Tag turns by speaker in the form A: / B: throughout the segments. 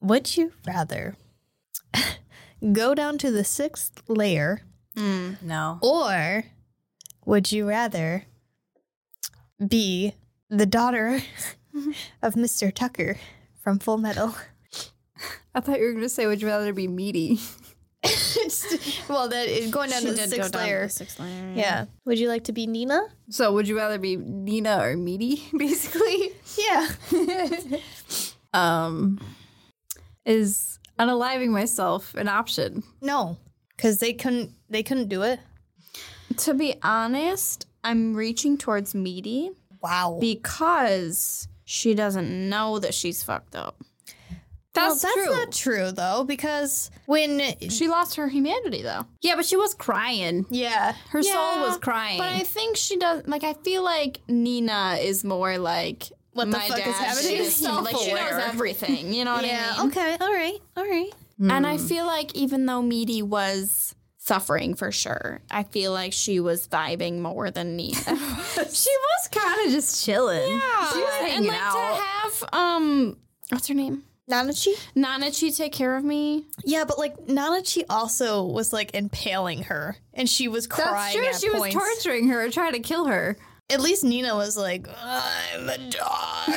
A: Would you rather go down to the sixth layer Mm.
B: No.
A: or would you rather be the daughter of Mr. Tucker from Full Metal?
B: I thought you were going to say, would you rather be meaty?
A: well, that is going down to the sixth layer.
C: Six layer.
A: Yeah. Would you like to be Nina?
B: So, would you rather be Nina or meaty, basically?
A: Yeah.
B: Um, is unaliving myself an option?
A: No, because they couldn't. They couldn't do it.
C: To be honest, I'm reaching towards meaty
A: Wow.
C: because she doesn't know that she's fucked up.
B: That's,
A: well, that's
B: true.
A: not true though, because when
C: She lost her humanity though.
B: yeah, but she was crying.
A: yeah,
B: Her soul
C: Yeah,
B: was crying.
C: But I think she does. Like, I feel like Nina is more like
A: What the
C: my
A: fuck is
C: dad.
A: happening?
C: She's like she knows
B: Self-aware.
C: everything. You know what
A: yeah,
C: I mean?
A: okay, all right, all right.
C: And
B: Hmm.
C: I feel like even though Meaty was suffering for sure, I feel like she was vibing more than Nina.
B: she was kind of just chilling. Yeah. She was
C: and
B: hanging
C: like
B: out.
C: to have um, what's her name?
A: Nanachi?
C: Nanachi take care of me.
A: Yeah, but like Nanachi also was like impaling her, and she was
B: That's
A: crying.
B: true.
A: at
B: She
A: points.
B: was torturing her, trying to kill her.
A: At least Nina was like, "I'm a dog."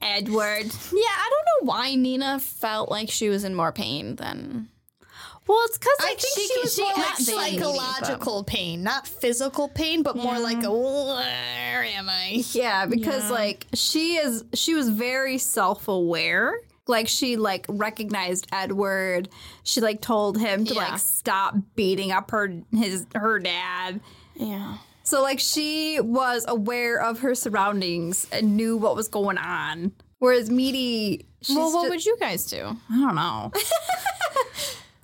B: Edward.
C: Yeah, I don't know why Nina felt like she was in more pain than.
B: Well, it's because
A: I think she, was more like psychological pain, not physical pain, but more like a where am I?
B: Yeah, because like she is she was very self-aware. Like she like recognized Edward. She like told him to
C: Yeah.
B: like stop beating up her his her dad.
C: Yeah.
B: So like she was aware of her surroundings and knew what was going on. Whereas Meaty, she's
C: well, what
B: ju-
C: would you guys do?
B: I don't know.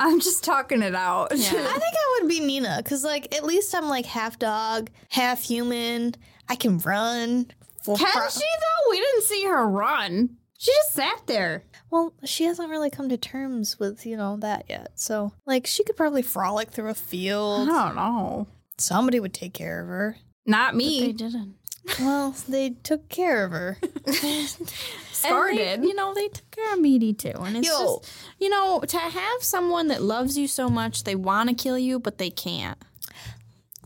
B: I'm just talking it out.
A: I think I would be Nina because, like, at least I'm like half dog, half human. I can run. Full
B: Can
A: pro-
B: she though? We didn't see her run. She just sat there.
A: Well, she hasn't really come to terms with you know that yet. So, like, she could probably frolic through a
B: I
A: field.
B: don't know.
A: Somebody would take care of her.
B: Not me.
C: didn't.
A: Well, they took care of her.
B: Scar did.
C: you know, they took care of Meaty too. And it's
A: Yo.
C: just, you know, to have someone that loves you so much, they want to kill you, but they can't.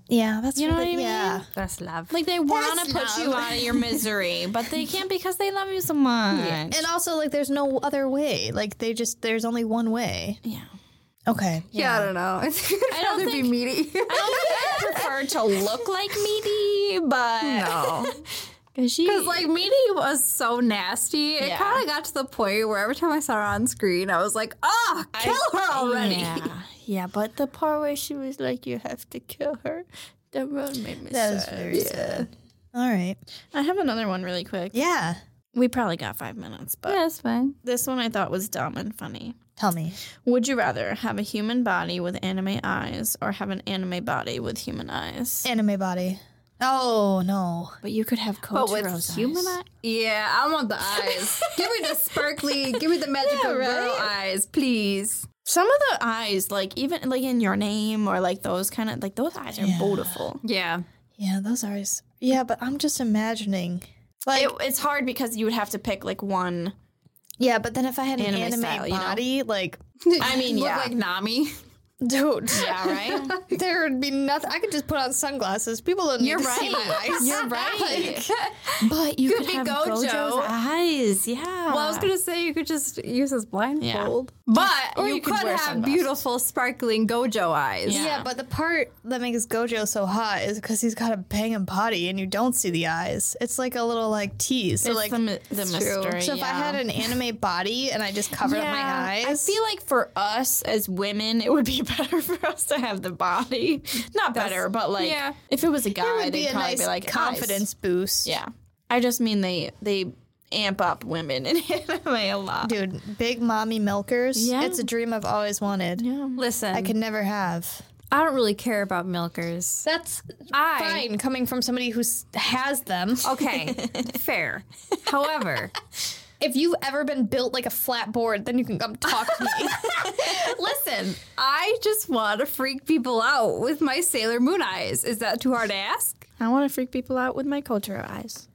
A: Yeah, that's
C: You know
A: really-
C: what I mean?
A: Yeah.
B: That's love.
C: Like, they want
A: That's
C: to put you
A: love.
C: out of your misery, but they can't because they love you so much. Yeah.
A: And also, like, there's no other way. Like, they just there's only one way. Okay.
B: Yeah, I don't know. I think I'd
C: I don't
B: rather be
C: think-
B: meaty.
C: I don't think I prefer to look like Meaty, but.
B: no.
C: Because she.
B: Because, like, meaty was so nasty. It
C: Yeah.
B: kind of got to the point where every time I saw her on screen, I was like, oh, kill her already.
C: Yeah. yeah, but the part where she was like, you have to kill her, that really made me
A: That was
C: sad.
A: very sad. All right.
C: I have another one really quick.
A: Yeah.
C: We probably got five minutes, but
B: That's fine.
C: this one I thought was dumb and funny.
A: Tell me.
C: Would you rather have a human body with anime eyes or have an anime body with human eyes?
A: Anime body. Oh no.
C: But you could have
B: But
C: Kotaro's
B: with human eyes? Yeah, I want the eyes. give me the sparkly, give me the magical girl eyes, please.
C: Some of the eyes, like even like in Your Name or like those kind of like those eyes are beautiful.
B: Yeah.
A: Yeah, those are. s- Yeah, but I'm just imagining. Like,
C: It, it's hard because you would have to pick like one.
A: yeah, but then if I had an
C: Anime
A: anime
C: style, you know?
A: body, like,
B: I mean,
C: Look
B: yeah.
C: like
B: Nami.
A: dude,
C: Yeah, right.
A: there would be nothing. I could just put on sunglasses. People don't
C: You're
A: need to see
C: right.
A: my eyes.
C: You're right. but you could,
B: be
C: have
B: Gojo.
C: Gojo's eyes. Yeah.
B: Well, I was going to say you could just use this blindfold. But
C: Or
B: you,
C: you could
B: could,
C: wear
B: have
C: sunglasses.
B: beautiful, sparkling Gojo eyes.
A: Yeah.
C: Yeah.
A: but the part that makes Gojo so hot is because he's got a banging body and you don't see the eyes. It's like a little like tease. So
C: It's
A: like,
C: the, mi- the mystery.
A: so if I
C: yeah.
A: had an anime body and I just covered up my eyes,
C: I feel like for us as women, it would be better for us to have the body. Not better, but like
B: yeah.
C: if it was a guy,
A: it would
C: they'd
A: be a
C: probably
A: nice
C: be like
A: confidence boost.
C: eyes. Yeah, I just mean they they amp up women in anime a lot.
A: Dude, big mommy milkers.
C: Yeah.
A: It's a dream I've always wanted.
B: Listen,
A: I could never have.
B: I don't really care about milkers.
A: That's
B: I
A: fine coming from somebody who s- has them. Oh,
B: okay, fair. However,
A: If you've ever been built like a flat board, then you can come talk to me.
B: listen, I just want to freak people out with my Sailor Moon eyes. Is that too hard to ask?
C: I want to freak people out with my culture eyes.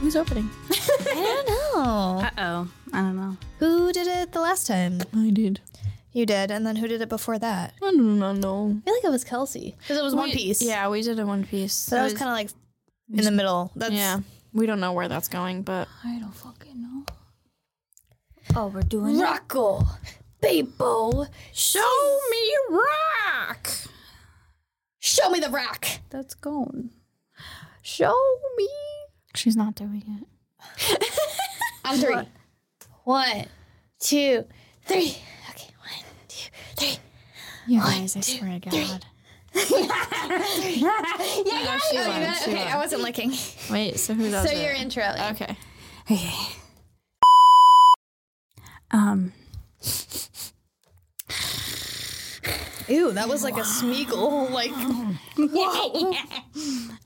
C: who's opening?
A: Um, I don't know.
B: Uh oh. I don't know.
A: Who did it the last time?
C: I did.
A: You did, and then who did it before that?
C: I do not know.
A: I feel like it was Kelsey because it was One Piece.
C: Yeah, we did a One Piece.
A: so that was, kind of like in the middle. That's
C: yeah. We don't know where that's going, but
B: I don't fucking know. Oh, we're doing
A: Rockle, Bebo,
B: Show me rock.
A: show me the rock.
B: That's gone. Show me.
C: she's not doing it.
A: On three. One, two, three. Okay, one, two, three.
C: You guys, I swear to God.
A: Yeah, yeah,
C: she won, she
A: Okay,
C: won.
A: I wasn't looking.
C: Wait, so who does
A: so
C: it?
A: your intro.
C: okay.
B: Okay. Um.
A: Ew, that was like a Smeagol. Like, who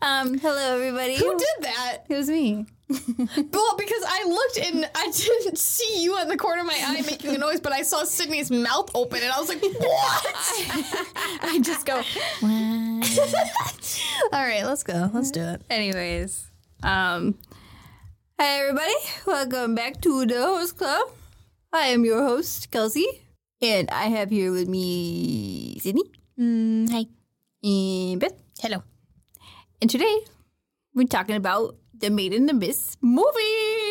B: Um. Hello, everybody.
A: did that?
B: It was me.
A: Well, because I looked and I didn't see you on the corner of my eye making a noise, but I saw Sydney's mouth open and I was like, what?
B: I just go.
A: All right, let's go. Let's do it.
B: Anyways, um, hi everybody, welcome back to the Host Club. I am your host Kelsey, and I have here with me Sydney
C: Mm, hi.
B: and Beth.
A: Hello.
B: And today we're talking about the Made in the Mist movie.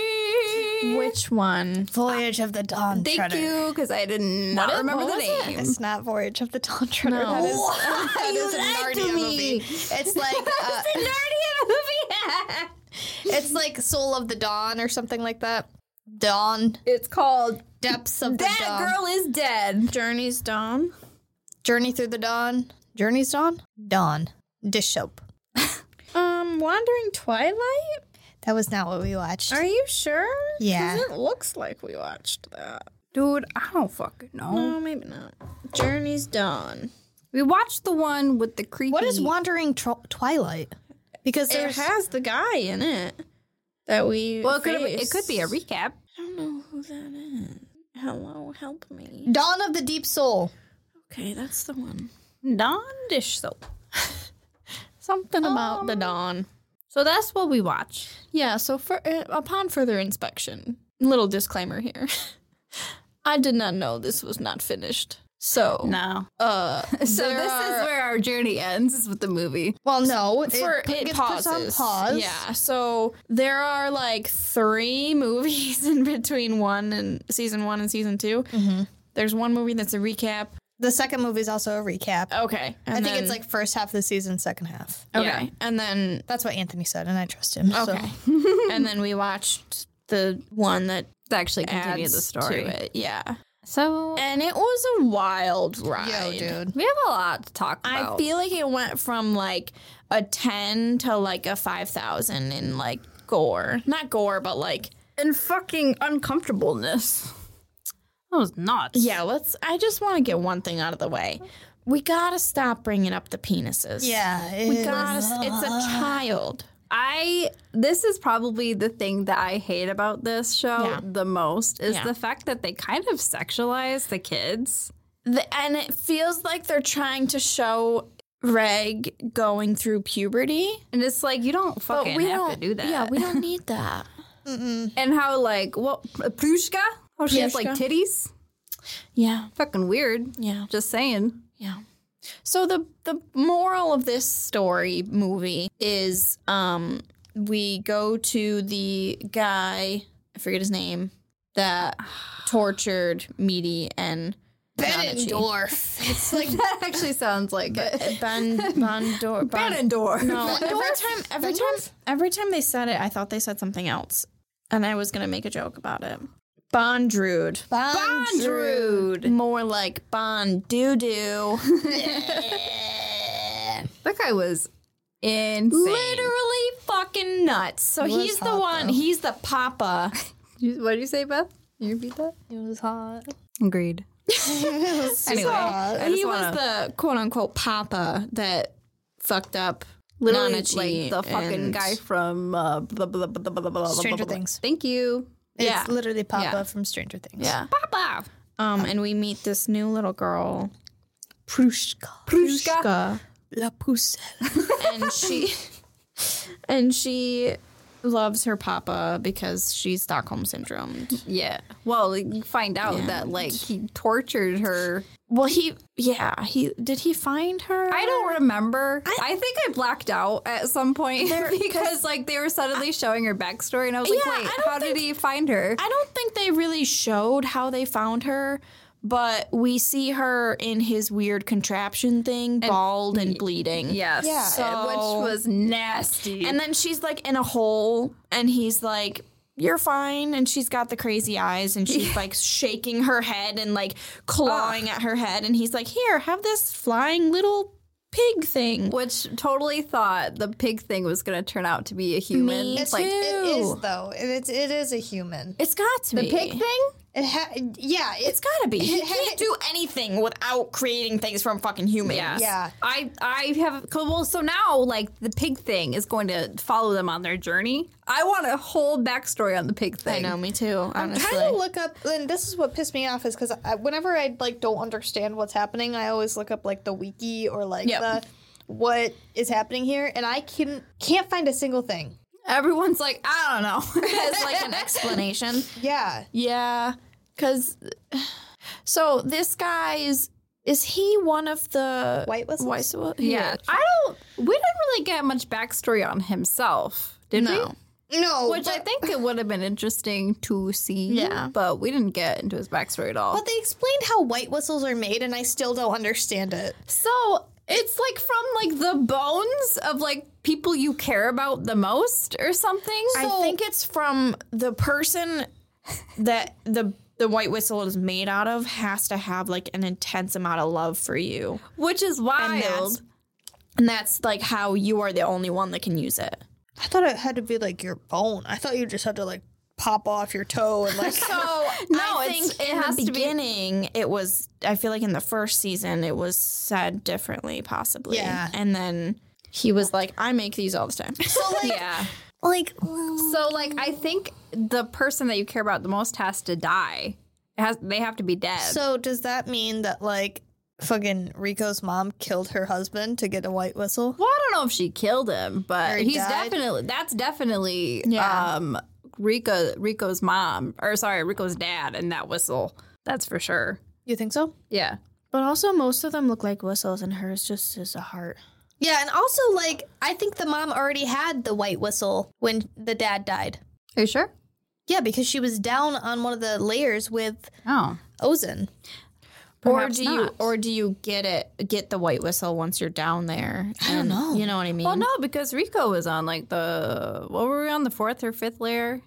C: Which one?
A: Voyage of the Dawn
B: Thank you, because I did not
C: What-
B: remember
C: what
B: the
C: was it?
B: name.
A: It's not Voyage of the Dawn Treader.
C: No.
A: That is,
B: Why
A: that
B: you
A: is a
B: lied to
A: Narnia
B: me?
A: movie. It's like uh,
B: It's a Narnia movie.
A: it's like Soul of the Dawn or something like that. Dawn,
B: it's called
A: depths of
B: That
A: the Dawn,
B: Girl Is Dead.
C: Journey's Dawn.
A: Journey through the Dawn, Journey's Dawn, Dawn, Dish Soap.
C: Um, Wandering Twilight.
A: That was not what we watched.
C: Are you sure? 'Cause
A: Yeah.
C: It looks like we watched that.
B: Dude, I don't fucking know.
C: No, Oh, maybe not. Journey's Dawn.
B: We watched the one with the creepy.
A: What is Wandering Tro- Twilight? Because
C: It
A: there's
C: has the guy in it that we.
B: Well, it could, it
C: faced.
B: could be a recap.
C: I don't know who that is. Hello, help me.
A: Dawn of the Deep Soul.
C: Okay, that's the one.
B: Non dish soap.
C: Something about the dawn.
B: So that's what we watch.
C: Yeah, so for, uh, upon further inspection, little disclaimer here. I did not know this was not finished. So,
B: No.
C: uh,
B: So
C: there
B: this
C: are-
B: is where our journey ends, is with the movie.
A: Well, no, it,
C: for
A: put-
C: it,
A: gets put
C: pauses.
A: on pause.
C: Yeah, so there are like three movies in between one and season one and season 2
A: Mm-hmm.
C: There's one movie that's a recap.
A: The second movie is also a recap.
C: Okay,
A: I think it's like first half of the season, second half.
C: okay,
B: yeah.
C: and then
A: That's what Anthony said, and I trust him. so-
C: okay, and then we watched the one that
B: To actually continue
C: adds
B: the story.
C: to it. Yeah,
B: So
C: and it was a wild
A: Yo,
C: ride.
A: dude.
B: we have a lot to talk
C: I
B: about.
C: feel like it went from like a 10 to like a 5,000 in like gore. Not gore, but like,
B: and fucking uncomfortableness. That was nuts.
C: yeah, let's. I just want to get one thing out of the way. We gotta stop bringing up the penises.
A: Yeah.
C: We
A: it-
C: gotta. s- It's a child.
B: I this is probably the thing that I hate about this show
C: Yeah.
B: the most is
C: Yeah.
B: the fact that they kind of sexualize the kids.
C: The, and it feels like they're trying to show Reg going through puberty.
B: And it's like you don't fucking have
C: don't
B: to do that.
C: Yeah, we don't need that.
B: and how like what Prushka? How she has like
C: Prushka.
B: titties?
C: yeah,
B: Fucking weird.
C: yeah.
B: Just saying.
C: Yeah. So the the moral of this story movie is um we go to the guy I forget his name that tortured Meaty and
A: Benendorf. It's like
B: That actually sounds like it.
C: Ben Bondor. Bon,
B: Benendorf.
C: no, every time every time every time they said it, I thought they said something else, and I was gonna make a joke about it. Bondrude.
A: Bondrude.
C: More like Bond doo doo.
B: That guy was insane.
C: literally fucking nuts. So
A: was
C: he's the
A: hot,
C: one.
A: though.
C: He's the papa.
B: You- What did you say, Beth? You repeat that?
A: It was hot.
B: Agreed. Anyway, I just
C: he was
B: wanna-
C: the quote unquote papa that fucked up
B: literally
C: Nanachi
B: like the fucking
C: and-
B: guy from uh, blah, blah, blah, blah, blah, blah,
A: Stranger
B: blah, blah.
A: Things.
B: Thank you,
C: Yeah.
A: It's literally Papa
C: Yeah.
A: from Stranger Things.
C: Yeah.
B: Papa.
C: Um, and we meet this new little girl,
A: Prushka.
B: Prushka.
C: Prushka,
A: La Pucelle.
C: and she and she loves her papa because she's Stockholm syndrome.
B: Yeah. Well, like, you find out
C: Yeah.
B: that like he tortured her.
C: Well, he yeah he did he find her?
B: I don't remember. I, think I blacked out at some point
C: There-
B: because like they were suddenly showing her backstory, and I was
C: Yeah,
B: like, wait,
C: I don't
B: how did he find her?
C: I don't think they really showed how they found her, but we see her in his weird contraption thing, bald and bleeding.
B: yes.
A: Yeah.
C: So-
B: which was nasty.
C: And then she's like in a hole, and he's like, You're fine. And she's got the crazy eyes, and she's like shaking her head and like clawing at her head. And he's like, Here, have this flying little pig thing.
B: which totally thought the pig thing was going to turn out to be a human.
C: Me
B: it's like
C: too.
B: it-
A: It
C: Ew.
A: is though. It- It's it is a human.
C: It's got to
B: the
C: be.
B: pig thing.
A: It ha- yeah.
C: It's
A: It's
C: gotta be. He
A: It ha-
C: can't do anything without creating things from fucking humans.
A: Yeah.
B: I I have 'cause- well so now like the pig thing is going to follow them on their journey. I want a whole backstory on the pig
C: I
B: thing.
C: know, me too, honestly.
A: trying to look up, and this is what pissed me off is because whenever I like don't understand what's happening, I always look up like the wiki or like
C: Yep.
A: the what is happening here, and I can can't find a single thing.
B: Everyone's like, I don't know.
C: as like an explanation.
A: Yeah,
C: Yeah, because so this guy is is he one of the
A: White whistles?
C: whistle-
B: yeah. I don't we didn't really get much backstory on himself, did
C: No.
A: no,
B: we? Which I
A: but-
B: think it would have been interesting to see.
C: Yeah.
B: But we didn't get into his backstory at all.
A: But they explained how white whistles are made, and I still don't understand it.
B: So it's like from like the bones of like people you care about the most or something.
C: I think it's from the person that the the white whistle is made out of has to have like an intense amount of love for you,
B: which is
C: and
B: wild.
C: that's and that's like how you are the only one that can use it.
A: I thought it had to be like your bone. I thought you just had to like pop off your toe and like.
C: So
B: No,
C: I
B: it's-
C: think
B: it
C: in
B: has to
C: the
B: be-
C: beginning it was. I feel like in the first season it was said differently, possibly.
A: Yeah.
C: and then he was like, "I make these all the time."
B: yeah.
A: like
B: So like I think the person that you care about the most has to die. It has they have to be dead.
A: So does that mean that like fucking Rico's mom killed her husband to get a white whistle?
B: well, I don't know if she killed him, but
A: Or he
B: he's
A: died.
B: definitely that's definitely
C: Yeah.
B: um Rico Rico's mom or sorry, Rico's dad and that whistle. That's for sure.
A: You think so?
B: Yeah.
C: But also, most of them look like whistles, and hers just is a heart.
A: Yeah, and also like I think the mom already had the white whistle when the dad died.
B: Are you sure?
A: Yeah, because she was down on one of the layers with
B: Oh.
A: Ozen.
C: or
B: Perhaps
C: do you
B: not.
C: or do you get it get the white whistle once you're down there? I
A: don't know.
C: You know what I mean?
B: Well, no, because Rico was on like the what were we on the fourth or fifth layer?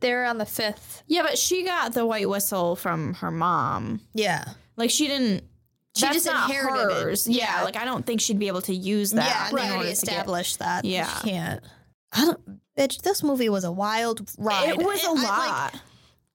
A: They're on the fifth.
C: Yeah, but she got the white whistle from her mom.
A: Yeah.
C: Like she didn't.
A: She
C: that's
A: just
C: not
A: inherited it.
C: hers. Yeah.
A: Yeah.
C: like I don't think she'd be able to use that.
A: yeah,
C: in
A: they
C: order
A: already
C: to get-
A: established that.
C: Yeah.
A: You can't. I don't bitch, this movie was a wild ride.
C: It was a
A: And I, like-
C: lot.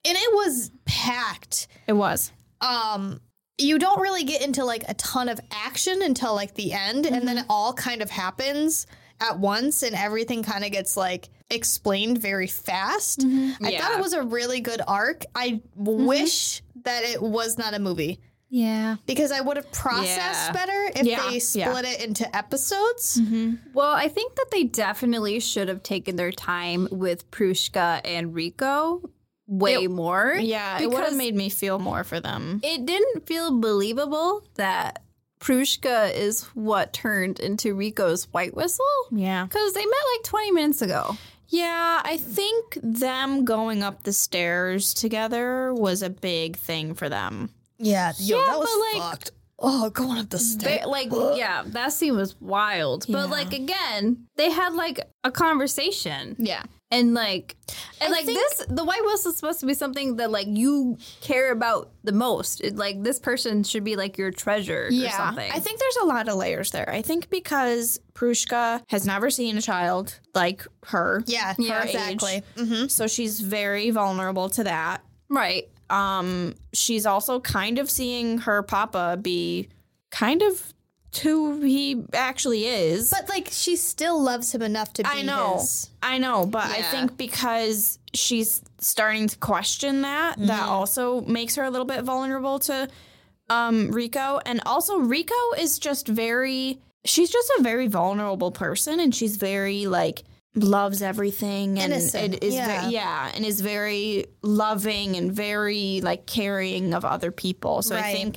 A: and it was packed.
C: it was.
A: um you don't really get into like a ton of action until like the end and
C: Mm-hmm.
A: then it all kind of happens at once and everything kind of gets like explained very fast
C: Mm-hmm.
A: i thought
B: Yeah.
A: it was a really good arc i wish that it was not a movie
C: Yeah.
A: because i would have processed
B: Yeah.
A: better if
C: Yeah, Mm-hmm.
A: they split it into episodes
B: Well, I think that they definitely should have taken their time with Prushka and Rico way
C: It-
B: more.
C: Yeah, it would have
B: because
C: made me feel more for them.
B: it didn't feel believable that Prushka is what turned into Rico's white whistle
C: Yeah.
B: because they met like twenty minutes ago.
C: Yeah, I think them going up the stairs together was a big thing for them.
A: yeah yo
B: Yeah,
A: that was
B: but, like-
A: fucked oh going up the stairs
B: They, like, yeah, that scene was wild.
C: Yeah.
B: But like again, they had like a conversation.
C: Yeah.
B: and like and
C: I
B: like
C: think-
B: this the white whistle is supposed to be something that like you care about the most it, like this person should be like your treasure or something
C: I think there's a lot of layers there. I think because Prushka has never seen a child like her.
A: yeah,
B: Yeah,
A: yeah
C: her age.
A: exactly hmm
C: So she's very vulnerable to that.
B: right
C: Um, she's also kind of seeing her papa be kind of who he actually is.
A: but like she still loves him enough to be
C: I know.
A: his.
C: I know, but I
B: Yeah.
C: think because she's starting to question that, that
A: Mm-hmm.
C: also makes her a little bit vulnerable to um, Rico. And also, Rico is just very, she's just a very vulnerable person and she's very like loves everything and
A: Innocent,
C: it is
A: yeah.
C: yeah. yeah and is very loving and very like caring of other people so i
A: Right.
C: think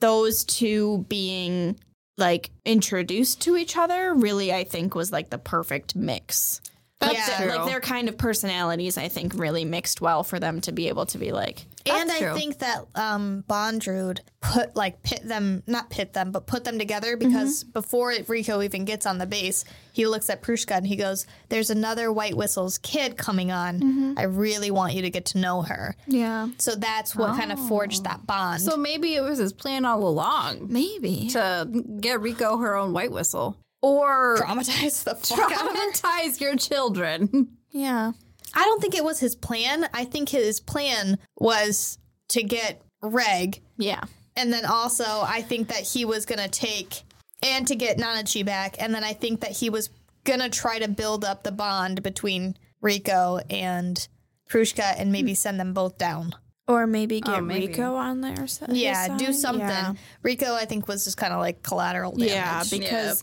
C: those two being like introduced to each other really i think was like the perfect mix
A: That's
C: Like,
A: true.
C: like their kind of personalities i think really mixed well for them to be able to be like
A: And
B: That's
A: I
B: true.
A: think that um, Bondrood put like pit them, not pit them, but put them together
B: Mm-hmm.
A: because before Rico even gets on the base, he looks at Prushka and he goes, "There's another White Whistles kid coming on.
B: Mm-hmm.
A: I really want you to get to know her."
C: yeah
A: So that's what kind of forged that bond.
B: Oh. So maybe it was his plan all along
C: maybe
B: to get Rico her own white whistle. Or
A: traumatized the fuck out of her.
B: traumatize your children.
C: yeah
A: I don't think it was his plan. I think his plan was to get Reg,
C: yeah
A: and then also I think that he was gonna take and to get Nanachi back, and then I think that he was gonna try to build up the bond between Rico and Prushka and
C: Hmm.
A: maybe send them both down.
C: or Oh, maybe get
B: maybe.
C: rico on there so
A: Yeah,
C: his
A: do
C: side.
A: something.
C: Yeah.
A: Rico, I think, was just kind of like collateral damage.
C: Yeah, because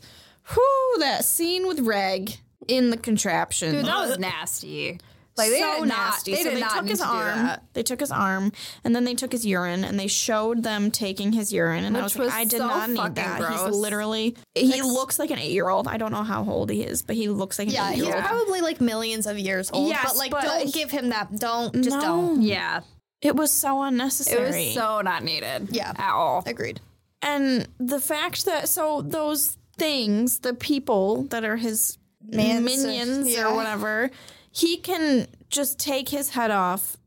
C: whew, that scene with Reg in the contraption.
B: Dude, that was nasty. Like they
C: so
B: did not,
C: nasty.
B: They
C: so
B: did
C: they
B: not
C: took
B: need
C: his
B: to do
C: arm.
B: that.
C: They took his arm, and then they took his urine, and they showed them taking his urine. And I was,
B: Which
C: like,
B: was
C: I did
B: so
C: not
B: fucking
C: need that.
B: gross.
C: He's literally he looks like an eight year old. I don't know how old he is, but he looks like an
A: Yeah,
C: eight
A: he's
C: year old.
A: probably like millions of years old.
C: Yes,
A: but like,
C: but
A: don't
C: he-
A: give him that. Don't just
C: No.
A: don't.
B: Yeah,
C: It was so
B: it
C: unnecessary.
B: was so not needed.
A: Yeah.
B: at all.
A: Agreed.
C: and the fact that so those things, the people that are his
A: Mans-
C: minions
A: yeah.
C: or whatever, he can just take his head off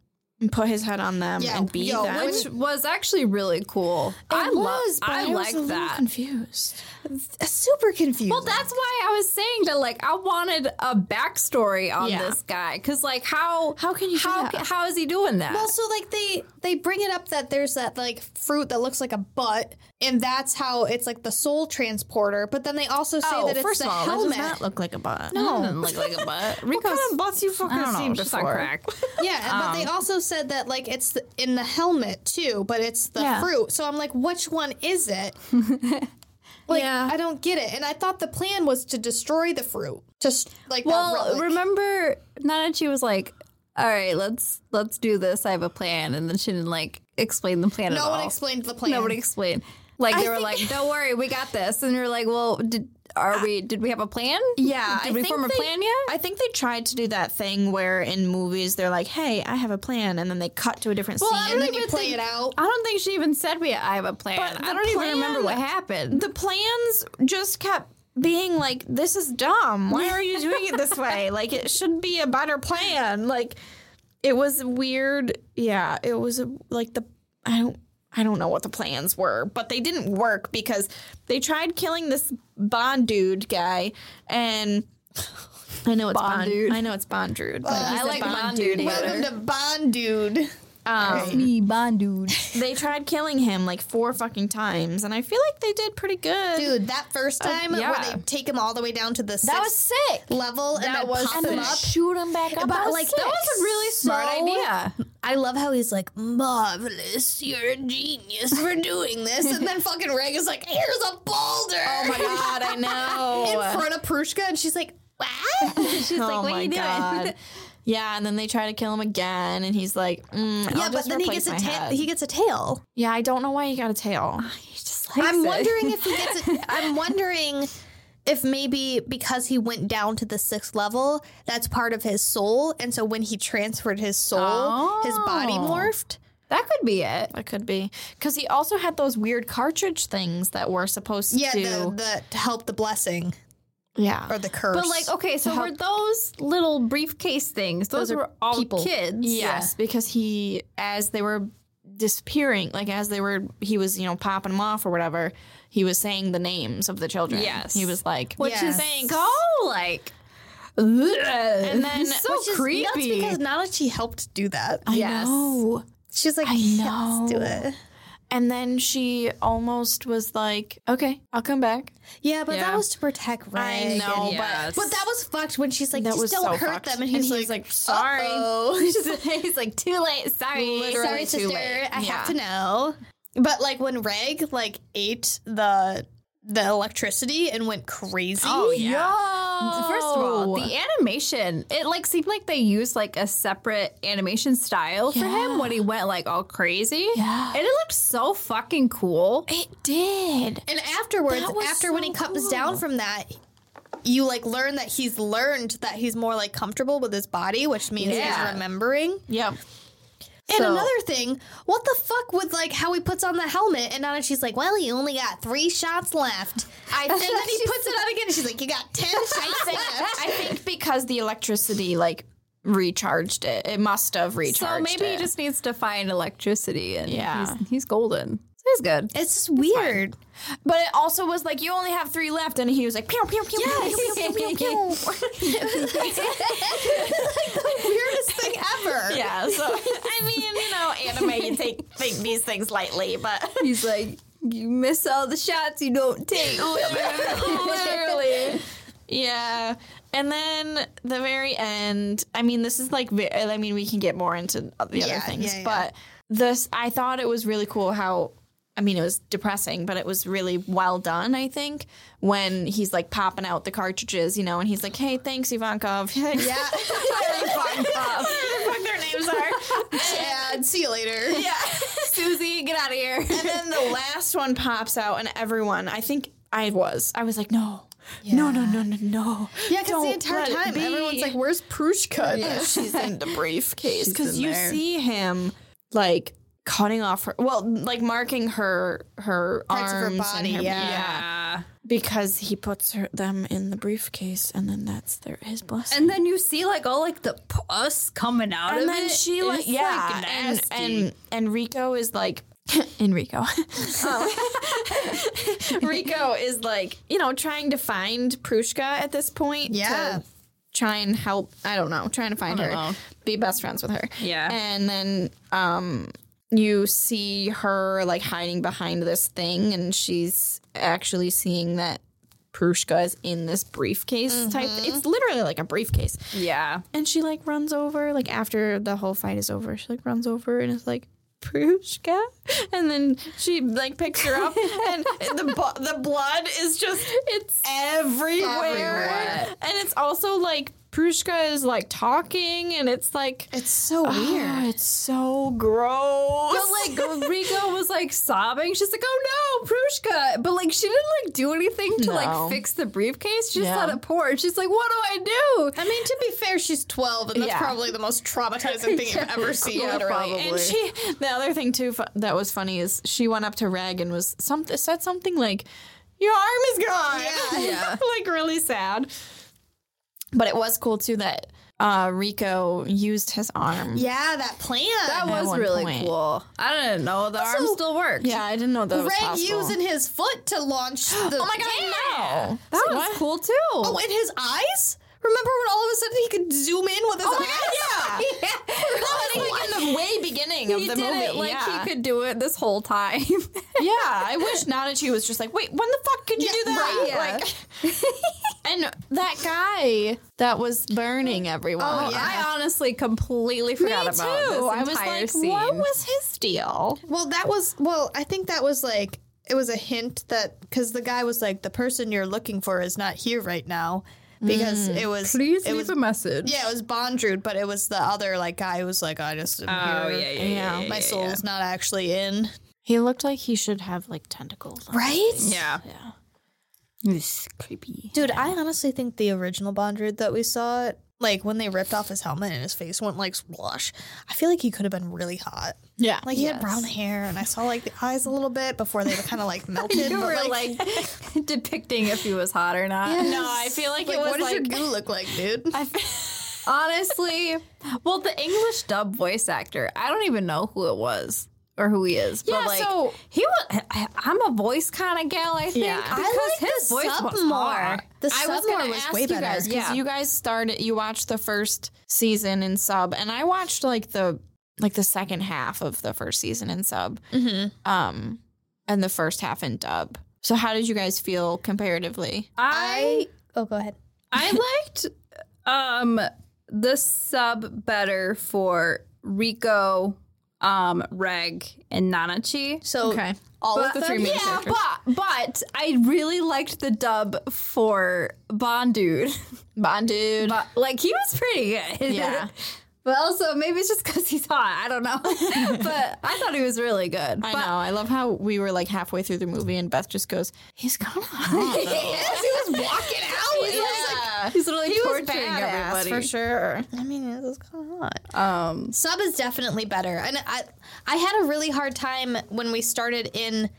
C: and put his head on them
A: Yeah,
C: and be
A: yo,
C: them.
B: Which was actually really cool. I
C: It
B: love.
C: but
B: I,
C: was
B: like
C: a little
B: that.
C: Confused.
A: Super confused.
B: Well, that's why I was saying that, like, I wanted a backstory on
C: Yeah.
B: this guy, because, like, how
C: How can you do
B: how
C: that?
B: ca- how is he doing that?
A: Also, like they they bring it up that there's that like fruit that looks like a butt, and that's how it's like the soul transporter. But then they also say
B: Oh,
A: that it's
B: first
A: the
B: of all, that does
A: helmet.
C: That look like a butt.
B: no, doesn't look like a butt. Rico's
C: butts you fucking
B: I don't know, just on crack.
A: yeah, but
B: Um.
A: they also said that like it's the, in the helmet too, but it's the
C: Yeah.
A: fruit. So I'm like, which one is it? like
C: Yeah.
A: I don't get it. And I thought the plan was to destroy the fruit, just like that
B: well,
A: relic.
B: remember Nanachi was like, "All right, let's let's do this. I have a plan," and then she didn't like explain the plan at
A: no
B: all.
A: one explained the plan.
B: Nobody explained. Like they were
C: think-
B: like, "Don't worry, we got this," and you're like, "Well, did are we? Did we have a plan?
C: Yeah,
B: did we form a
C: they-
B: plan yet?"
C: I think they tried to do that thing where in movies they're like, "Hey, I have a plan," and then they cut to a different
B: Well, I
C: scene.
A: and
B: don't
A: then you
B: even
A: play
B: think-
A: it out.
B: I don't think she even said we. I have a plan.
C: But
B: I
C: the
B: don't even remember
C: plan-
B: what happened.
C: the plans just kept being like, "This is dumb. Why are you doing it this way? Like, it should be a better plan." Like, it was weird. Yeah, it was like the I don't I don't know what the plans were, but they didn't work because they tried killing this Bond dude guy, and I know it's
B: Bond
C: Bond. Oh,
B: dude.
C: I know it's Bond dude. but
B: I
C: he's a
B: like Bond dude
A: Welcome
B: better.
A: to Bond, dude.
C: Um,
B: me, Bond dude.
C: they tried killing him like four fucking times, and I feel like they did pretty good.
A: Dude, that first time
C: yeah.
A: where they take him all the way down to the sixth
B: That was sick.
A: level and
C: That
A: then
C: was
A: pop him
C: sick.
A: up.
B: Shoot him back up.
A: But,
B: That was
A: like,
B: sick.
A: that was a really
B: smart
A: so-
B: idea.
A: I love how he's like, marvelous, you're a genius for doing this. And then fucking Reg is like, here's a boulder. Oh
C: my God, I know.
A: In front of Prushka, and she's like, what?
B: She's
A: Oh
B: like, "What are you doing?"
C: yeah, and then they try to kill him again, and he's like, mm,
A: yeah, but then he gets a
C: tail.
A: ta- he gets a tail.
C: yeah, I don't know why he got a tail.
B: He's just
A: I'm
B: it.
A: wondering if he gets. A, I'm wondering if maybe because he went down to the sixth level, that's part of his soul, and so when he transferred his soul, his body
B: Oh.
A: morphed.
B: That could be it.
C: That could be because he also had those weird cartridge things that were supposed
A: Yeah,
C: to,
A: the, the to help the blessing
C: yeah,
A: or the curse.
B: But like, okay, so were those little briefcase things? Those,
A: Those are
B: were all
A: people.
B: kids.
C: yes, because he as they were disappearing, like as they were, he was you know popping them off or whatever. He was saying the names of the children.
B: Yes.
C: he was like,
B: which
A: Yes.
B: is
A: Thanks.
B: so like, and
C: then-
B: so
C: which
A: Which is nuts
B: creepy.
A: because Nalachi helped do that.
C: I
B: Yes.
C: know.
A: She's like,
C: I
A: "Yeah, let's do
C: know.
A: it.
C: And then she almost was like, "Okay, I'll come back."
A: Yeah, but
B: Yeah.
A: that was to protect Reg.
C: I know,
A: and-
B: Yes.
A: But that was fucked when she's like,
C: That
A: just
C: was
A: don't
C: so
A: hurt
C: fucked.
A: them. And
C: And
A: he's
C: he
A: like,
C: was like, "Sorry."
A: "Uh-oh."
B: he's like, too late. Sorry,
C: Literally
A: Sorry,
C: too
A: sister.
C: late.
A: I
C: Yeah.
A: have to know. But like when Reg like ate the the electricity and went crazy.
B: Oh,
C: Oh,
B: Yo!
C: First of all,
B: the animation, it like seemed like they used like a separate animation style for him when he went like all crazy.
C: Yeah.
B: And it looked so fucking cool.
C: It did.
A: And afterwards,
C: That was
A: after when
C: so
A: he comes
C: cool.
A: down from that, you like learn that he's learned that he's more like comfortable with his body, which means
B: Yeah.
A: he's remembering.
C: Yep.
A: And
B: So-
A: another thing, what the fuck with like how he puts on the helmet and now she's like, Well, you only got three shots left. I and then he puts it on again and she's like, You got ten shots left.
C: I think because the electricity like recharged it. It must have recharged.
B: So maybe he
C: it.
B: just needs to find electricity and
C: Yeah.
B: he's, he's golden. So he's good.
A: It's just weird.
C: But it also was like you only have three left, and he was like, pew, pew, pew, pew, pew, pew, pew, pew.
A: Weirdest thing ever.
C: Yeah. So I mean, you know, anime, you take think these things lightly, but
B: He's like, you miss all the shots you don't take.
C: literally. Yeah. And then the very end, I mean, this is like, ve- I mean, we can get more into the other
A: Yeah,
C: things,
A: yeah, yeah.
C: but this, I thought it was really cool how, I mean, it was depressing, but it was really well done, I think, when he's like popping out the cartridges, you know, and he's like, hey, thanks, Ivankov. yeah.
A: Yeah.
C: Fuck their names are.
A: yeah. See you later.
C: Yeah.
B: Susie, get out of here.
C: And then the last one pops out, and everyone, I think I was, I was like, no. No, no, no, no, no.
A: Yeah, because the
C: Don't
A: entire
C: let it
A: time
C: be.
A: everyone's like, "Where's Prushka?"
C: she's in the briefcase
B: She's
C: because
B: in
C: you
B: there.
C: see him like cutting off her well like marking her her
A: Parts of her
C: arms and
A: body, yeah.
B: Yeah.
C: because he puts her, them in the briefcase and then that's their his blessing
B: And then you see like all like the pus coming out
C: and
B: of
C: then
B: it.
C: she like
B: It's,
C: yeah and,
B: nasty.
C: and and rico is like enrico Oh. rico is like you know trying to find prushka at this point
A: Yeah.
C: to try and help i don't know trying to find
B: I
C: her
B: don't know.
C: be best friends with her
B: Yeah.
C: and then um you see her like hiding behind this thing and she's actually seeing that prushka is in this briefcase type it's literally like a briefcase
B: yeah.
C: and she like runs over, like after the whole fight is over, she like runs over and is like, Prushka? And then she like picks her up and the bu- the blood is just it's everywhere.
A: everywhere.
C: And it's also like Prushka is like talking and it's like
A: It's so
C: "Ah, it's so gross.
B: But like Rico was like sobbing. She's like, "Oh no, Prushka!" But like she didn't like do anything to
C: No.
B: like fix the briefcase. She just
C: Yeah.
B: let it pour. She's like, "What do I do?"
A: I mean, to be fair, she's 12, and that's
C: Yeah.
A: probably the most traumatizing thing I've ever seen.
C: Yeah,
A: literally.
C: probably. And she, the other thing too fu- that was funny is she went up to Reg and was something said something like, "Your arm is gone,"
A: Yeah.
B: Yeah.
C: like really sad. But it was cool too that uh, Rico used his arm.
A: yeah, that plan.
B: That
C: At
B: was
C: one
B: really
C: point.
B: cool. I didn't know the arm
A: Also-
B: still worked.
C: Yeah, I didn't know that was
A: Greg
C: possible.
A: using his foot to launch the.
C: oh my god, no!
B: that was cool too.
A: Oh, and his eyes? Remember when all of a sudden he could zoom in with his eyes?
C: God,
A: yeah.
C: That was like in the way beginning of
B: he
C: the
B: did
C: movie.
B: it like
C: yeah.
B: he could do it this whole time.
C: yeah, I wish Nanachi was just like, wait, when the fuck could you do that?
B: right, yeah.
C: Like, and that guy that was burning everyone.
A: Oh, yeah.
B: I honestly completely forgot
C: Me
B: about
C: too.
B: this
C: I was
B: entire
C: like,
B: scene.
C: what was his deal?
A: Well, that was. Well, I think that was like. It was a hint that. Because the guy was like, the person you're looking for is not here right now. Because it was. it was,
B: message.
A: Yeah, it was Bondrude, but it was the other like guy who was like, I just am
B: Oh
A: here.
B: yeah, yeah,
C: Yeah,
B: yeah.
A: My
B: yeah,
A: soul's not actually in.
C: He looked like he should have like tentacles.
A: Right?
B: Yeah.
C: Yeah.
B: It's creepy.
A: Dude, I honestly think the original Bondrude that we saw, like when they ripped off his helmet and his face went like splash, I feel like he could have been really hot.
C: Yeah.
A: Like he had brown hair, and I saw like the eyes a little bit before they kind of like melted.
B: You
A: but,
B: were like depicting if he was hot or not.
C: no, I feel like,
A: like,
C: it was
A: what does
C: like
A: your goo look like, dude?
C: I f-
B: Honestly, well, the English dub voice actor, I don't even know who it was or who he is.
C: Yeah,
B: but like,
C: so-
B: he was, I'm a voice kind of gal, I think.
C: Yeah. I
B: because
A: like
B: his
A: the
B: voice
A: sub
B: was
A: more.
B: hot.
A: The
C: I
A: sub
C: was
A: more
C: gonna
A: was
C: ask
A: way
C: you
A: better.
C: guys because
B: Yeah.
C: you guys started. You watched the first season in sub, and I watched like the like the second half of the first season in sub,
A: Mm-hmm.
C: um, and the first half in dub. So how did you guys feel comparatively?
B: I
A: oh, go ahead.
B: I liked um the sub better for Rico, um, Reg, and Nanachi.
A: So all of
C: But-
A: the three main
B: yeah,
A: characters.
B: but but I really liked the dub for Bond dude.
C: Bond dude.
B: But like he was pretty good.
C: Yeah.
B: But also maybe it's just because he's hot. I don't know. but I thought he was really good.
C: I
B: but
C: know. I love how we were like halfway through the movie and Beth just goes, "He's kind of hot."
A: Yes, he was walking out.
C: He's like-
B: he's literally
C: he was
B: torturing
C: badass
B: everybody.
C: for sure.
A: I mean, it was kind of hot.
B: Um
A: Uh, Sub is definitely better. And I I had a really hard time when we started in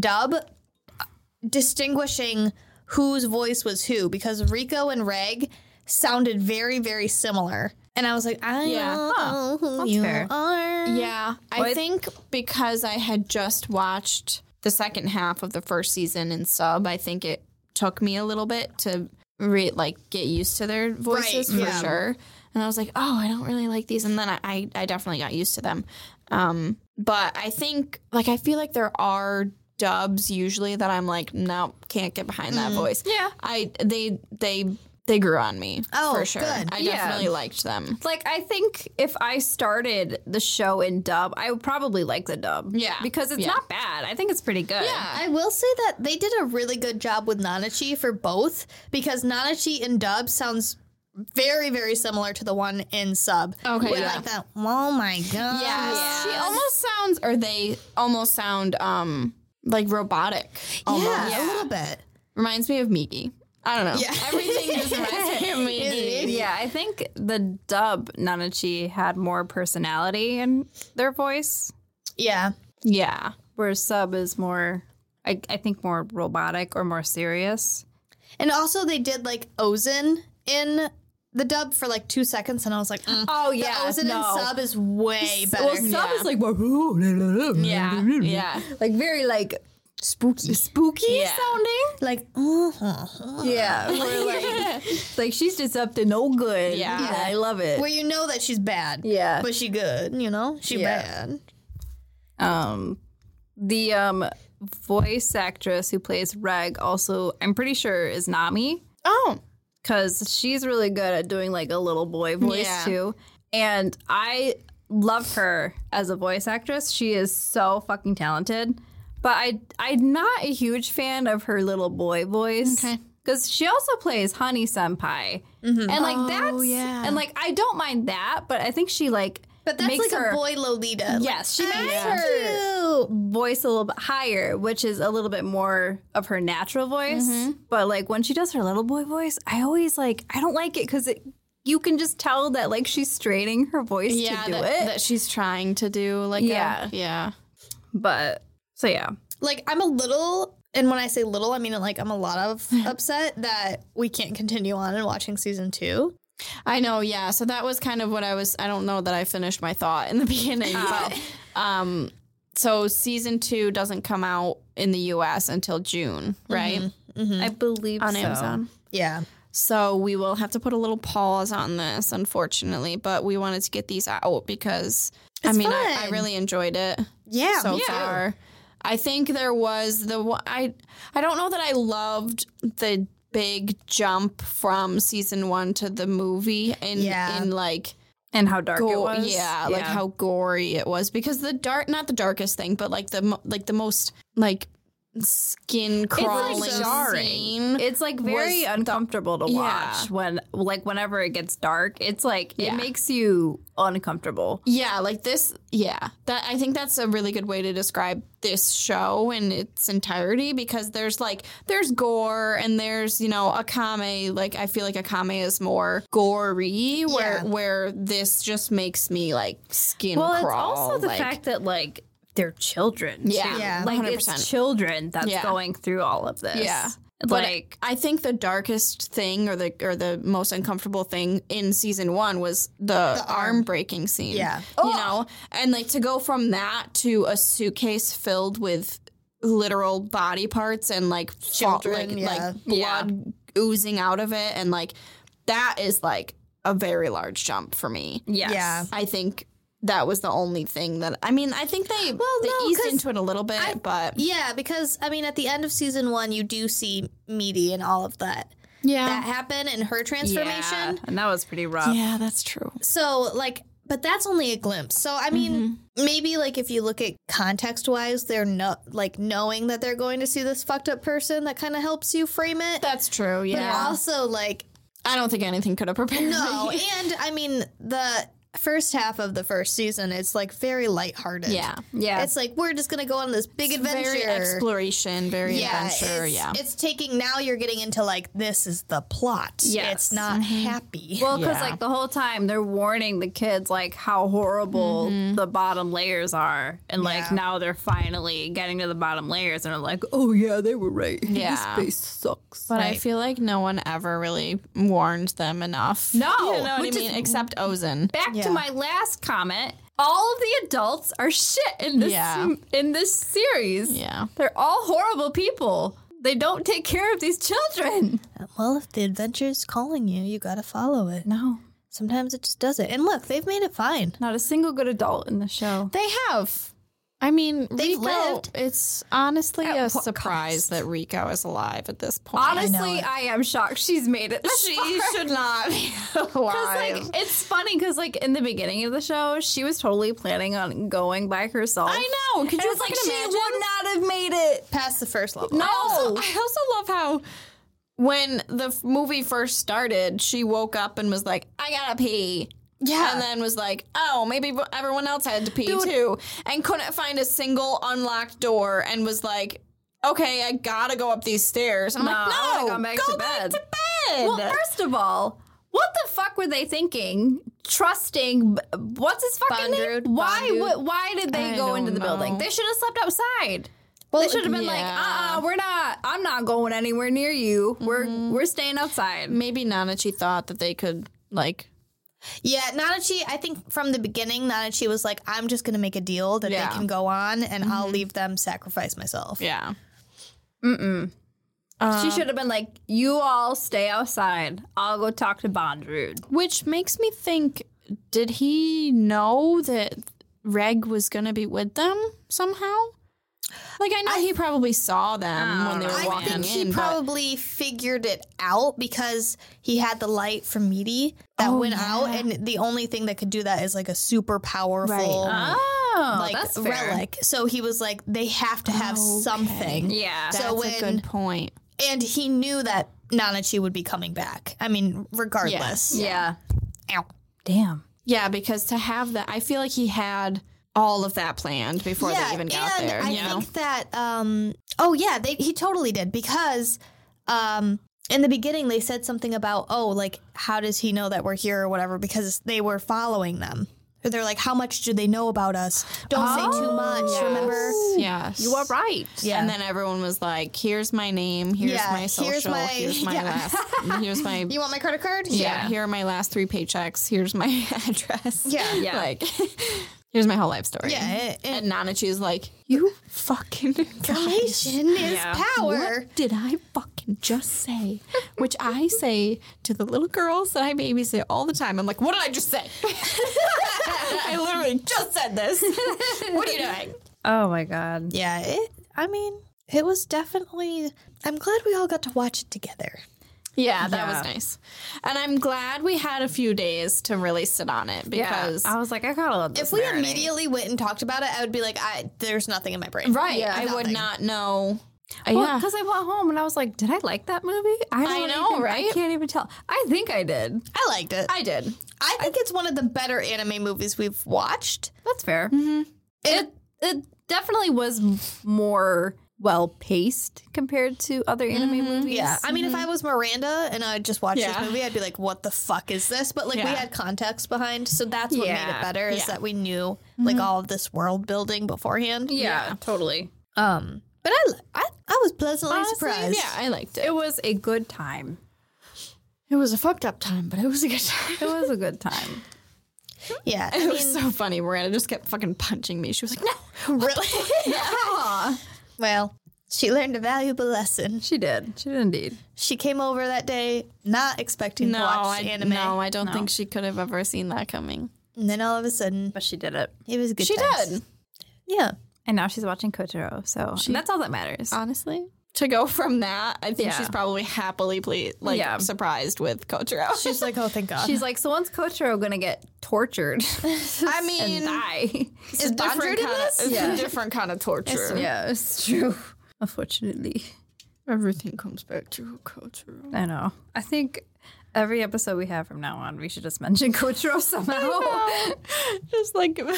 A: dub uh, distinguishing whose voice was who because Rico and Reg sounded very very similar. And I was like, I
C: Yeah.
A: don't
C: Huh.
A: know who
B: That's
A: you
B: fair.
A: are.
C: Yeah, I
A: Well, I-
C: think because I had just watched the second half of the first season in sub, I think it took me a little bit to re- like get used to their voices
A: Right,
C: for
A: yeah.
C: sure. And I was like, oh, I don't really like these, and then I I, I definitely got used to them. Um, but I think like I feel like there are dubs usually that I'm like, no, can't get behind that voice.
B: Yeah.
C: I they they they grew on me.
A: Oh,
C: for sure.
A: good.
C: I
B: Yeah.
C: definitely liked them.
B: like I think if I started the show in dub, I would probably like the dub.
C: Yeah.
B: Because it's
C: Yeah.
B: not bad. I think it's pretty good.
C: Yeah.
A: I will say that they did a really good job with Nanachi for both because Nanachi in dub sounds very, very similar to the one in sub.
C: Okay,
A: With
C: yeah.
A: like that, oh my god.
C: Yeah.
B: Yeah.
C: She almost sounds or they almost sound um like robotic. Almost.
A: Yeah, a little bit.
C: Reminds me of Miki. I don't know.
A: Yeah.
C: Everything just reminds me of Miki.
B: Yeah, I think the dub Nanachi had more personality in their voice,
A: Yeah.
C: Yeah.
B: where sub is more, I, I think, more robotic or more serious.
A: And also, they did like Ozen in the dub for like two seconds, and I was like, mm.
B: Oh
A: the Ozen and sub is way better.
B: Well, sub
C: Yeah.
B: is like yeah,
C: Yeah. Yeah.
B: like very like
A: spooky,
B: spooky
C: Yeah.
B: sounding.
A: like uh-huh.
B: Yeah, where like like she's just up to no good.
C: Yeah.
B: I love it.
A: where you know that she's bad,
B: yeah,
A: but she good. You know, she
B: Yeah.
A: bad.
B: Um, the um voice actress who plays Reg also, I'm pretty sure, is Nami
C: Oh.
B: because she's really good at doing like a little boy voice
C: Yeah.
B: too. And I love her as a voice actress. She is so fucking talented. But I I'm not a huge fan of her little boy voice.
C: Okay.
B: Cause she also plays Honey Senpai, and like
C: Oh,
B: that's
C: yeah.
B: and like I don't mind that, but I think she like
A: But that's
B: makes
A: like
B: her,
A: a boy Lolita.
B: Yes, she
A: Like,
B: makes
A: I'm
B: her
A: cute.
B: voice a little bit higher, which is a little bit more of her natural voice.
C: Mm-hmm.
B: But like when she does her little boy voice, I always like I don't like it because it you can just tell that like she's straining her voice
C: Yeah.
B: to do
C: that,
B: it.
C: that she's trying to do like
B: Yeah.
C: A, yeah.
B: but so yeah,
A: Like I'm a little. And when I say little, I mean like I'm a lot of upset that we can't continue on and watching season two.
C: I know, yeah. So that was kind of what I was I don't know that I finished my thought in the beginning. But, um so season 2 doesn't come out in the US until June, right?
B: I believe
C: Mm-hmm. On
B: so.
C: Amazon.
A: Yeah,
C: So we will have to put a little pause on this, unfortunately, but we wanted to get these out because I
A: It's
C: mean, I, I
A: fun.
C: really enjoyed it
A: yeah.
C: so
A: me too.
C: far. I think there was the one- I I don't know that I loved the big jump from season 1 to the movie in
A: Yeah.
C: in like
B: and how dark it
C: gore-
B: was.
C: yeah, like how gory it was because the dark not the darkest thing, but like the mo- like the most like skin crawling
A: so jarring.
C: scene.
B: It's like very uncomfortable to watch
C: Yeah.
B: when like whenever it gets dark. It's like
C: Yeah.
B: it makes you uncomfortable.
C: Yeah, like this. Yeah, that I think that's a really good way to describe this show in its entirety because there's like there's gore and there's you know Akame. Like I feel like Akame is more gory, where
A: Yeah.
C: where this just makes me like skin
B: well,
C: crawl.
B: it's also the
C: like,
B: fact that like they're children.
C: Yeah.
B: too.
A: Yeah.
B: like
C: 100%.
B: it's children that's
C: Yeah.
B: going through all of this.
C: Yeah. But
B: like
C: I think the darkest thing or the or the most uncomfortable thing in season one was the, arm breaking scene.
A: Yeah.
C: You know? And like to go from that to a suitcase filled with literal body parts and like fa-
A: Children,
C: like,
A: yeah.
C: like blood oozing out of it and like that is like a very large jump for me.
B: yes.
A: Yeah.
C: I think that was the only thing that I mean, I think they,
A: Well,
C: they
A: no,
C: eased
A: 'cause
C: into it a little bit, but
A: Yeah, because I mean, at the end of season one, you do see Meaty and all of that
C: yeah.
A: Um, that happen and her transformation.
B: Yeah. And that was pretty rough.
C: yeah, that's true.
A: So, like, But that's only a glimpse. So I mean, maybe like if you look at context wise, they're not like knowing that they're going to see this fucked up person. That kind of helps you frame it.
C: That's true.
A: but
C: Yeah.
A: also like
C: I don't think anything could have prepared
A: no,
C: me.
A: Oh, and I mean the first half of the first season, it's like very lighthearted.
C: Yeah.
B: Yeah.
A: It's like we're just gonna go on this big adventure.
C: Very exploration, very adventure.
A: it's,
C: yeah.
A: It's taking now you're getting into like this is the plot.
B: Yes.
A: It's not
C: Mm-hmm.
A: happy.
B: Well, because
C: Yeah.
B: like the whole time they're warning the kids like how horrible
C: Mm-hmm.
B: the bottom layers are, and like
A: Yeah.
B: now they're finally getting to the bottom layers, and are like, oh yeah, they were right. this
C: Yeah.
B: space sucks.
C: But I
A: Right.
C: feel like no one ever really warned them enough.
B: No,
C: you know what
B: which
C: I
B: is-
C: mean, except Ozen.
B: Back
A: Yeah.
B: to my last comment. All of the adults are shit in this
C: Yeah.
B: in this series.
C: Yeah,
B: They're all horrible people. They don't take care of these children.
A: Well, if the adventure's calling you, you gotta follow it.
B: No,
A: Sometimes it just does it. And look, they've made it fine.
B: not a single good adult in the show.
C: they have. I mean,
A: They've
C: Rico.
A: lived.
C: It's honestly
B: At
C: a
B: what
C: surprise that Rico is alive at this point.
B: Honestly,
A: it.
B: I, am shocked she's made it. this
C: she
B: far.
C: should not be
B: Cause
C: alive.
B: like it's funny because like in the beginning of the show, she was totally planning on going by herself.
C: I know. Could
B: And
C: you
B: it's like she
C: fucking imagine?
B: would not have made it.
A: Past the first level.
B: No.
C: also, I also love how when the f- movie first started, she woke up and was like, "I gotta pee."
A: Yeah.
C: And then was like, oh, maybe b- everyone else had to pee too. And couldn't find a single unlocked door and was like, okay, I gotta go up these stairs. I'm
B: No,
C: like,
B: I would've
C: no,
B: gone back
C: go
B: to
C: back
B: bed."
C: to bed.
B: Well, first of all, what the fuck were they thinking? Trusting b- what's his fucking
A: Bondrude,
B: name? Why?
A: Bondrude.
B: Wh- why did they
C: I
B: go into
C: don't
B: the building?
C: know.
B: They should have slept outside.
A: Well,
B: they should have been like,
C: yeah.
B: uh, uh we're not. I'm not going anywhere near you. We're we're staying outside.
C: maybe Nanachi thought that they could, like,
A: Yeah, Nanachi, I think from the beginning, Nanachi was like, I'm just gonna make a deal that
C: Yeah. Mm-hmm.
A: they can go on and I'll leave them sacrifice myself.
C: yeah.
B: she should have been like, you all stay outside. I'll go talk to Bondrude.
C: Which makes me think did he know that Reg was going to be with them somehow? Like, I Oh, know he probably saw them when they were
A: I
C: walking
A: think he
C: in. but-
A: probably figured it out because he had the light from Meaty that
C: Oh,
A: went out, and the only thing that could do that is like a super powerful
B: Oh,
A: like relic. So he was like, they have to have something.
B: Yeah.
A: So
C: That's a
A: when-
C: good point.
A: And he knew that Nanachi would be coming back. I mean, regardless.
B: yeah.
A: Ow.
B: Damn.
C: Yeah, because to have that, I feel like he had all of that planned before they even got
A: and
C: there.
A: I
C: you know?
A: think that um oh yeah, they he totally did because um in the beginning they said something about oh like how does he know that we're here or whatever because they were following them. Or They're like how much do they know about us? Don't say
C: Oh,
A: too much, remember?
C: Yes.
B: You are right.
A: Yeah.
C: And then everyone was like, "Here's my name. Here's
A: Yeah,
C: my
A: here's
C: social. Here's my,
A: my- yeah.
C: last. Here's my
A: You want my credit card?
C: yeah. Here are my last three paychecks. Here's my address.
A: Yeah.
B: Yeah.
C: Like, here's my whole life story.
A: Yeah, it- it-
C: and Nanachi is like, "You fucking guys,
A: Information is
B: Yeah.
A: power.
C: What did I fucking just say? Which I say to the little girls that I babysit all the time. I'm like, what did I just say? I literally just said this. what are you doing?
B: Oh my god.
A: Yeah, it I mean, it was definitely I'm glad we all got to watch it together.
C: Yeah, that
B: Yeah.
C: was nice. And I'm glad we had a few days to really sit on it because.
B: I was like, I gotta love this
A: If we
B: narrative.
A: immediately went and talked about it, I would be like, I there's nothing in my brain.
C: Right.
B: Yeah.
C: I would
A: Nothing.
C: not know.
B: Well, because I went home and I was like, did I like that movie? I, don't
C: know,
B: even- I
C: right?
B: can't even tell. I think I did.
A: I liked it.
C: I did.
A: I think it's one of the better anime movies we've watched.
B: That's fair. Mm-hmm. It it definitely was m- more well paced compared to other anime movies.
A: I mean, if I was Miranda and I just watched
C: Yeah.
A: this movie, I'd be like, "What the fuck is this?" But like,
C: Yeah.
A: we had context behind, so that's what made
B: Yeah.
A: it better is
C: Yeah.
A: that we knew like all of this world building beforehand.
B: yeah, totally.
A: Um, but I, I, I was pleasantly
C: Honestly,
A: surprised.
C: Yeah, I liked it.
B: It was a good time.
C: It was a fucked up time, but it was a good time.
B: It was a good time.
A: Yeah, I
C: It
A: mean,
C: was so funny. Miranda just kept fucking punching me. She was like, no.
A: really. well, she learned a valuable lesson.
B: She did. She did indeed.
A: She came over that day not expecting to watch
C: I,
A: anime,
C: No, I don't think she could have ever seen that coming.
A: and then all of a sudden,
B: But she did it.
A: it was good.
C: she
A: times.
C: did,
A: Yeah.
B: And now she's watching Kotaro, so and that's all that matters.
C: honestly. to go from that, I think
B: Yeah.
C: she's probably happily ple- like
B: Yeah.
C: surprised with Kotaro.
A: She's like, oh, thank God.
B: She's like, so when's Kotaro gonna get tortured?
C: I mean,
B: and die.
C: it's a different
A: Bondred in
C: kind of
A: this?
C: it's
B: Yeah.
C: a different kind of torture.
B: yeah, it's true. Unfortunately,
C: Everything comes back to Kotaro.
B: I know. I think every episode we have from now on, we should just mention Kotaro somehow.
C: Just like throw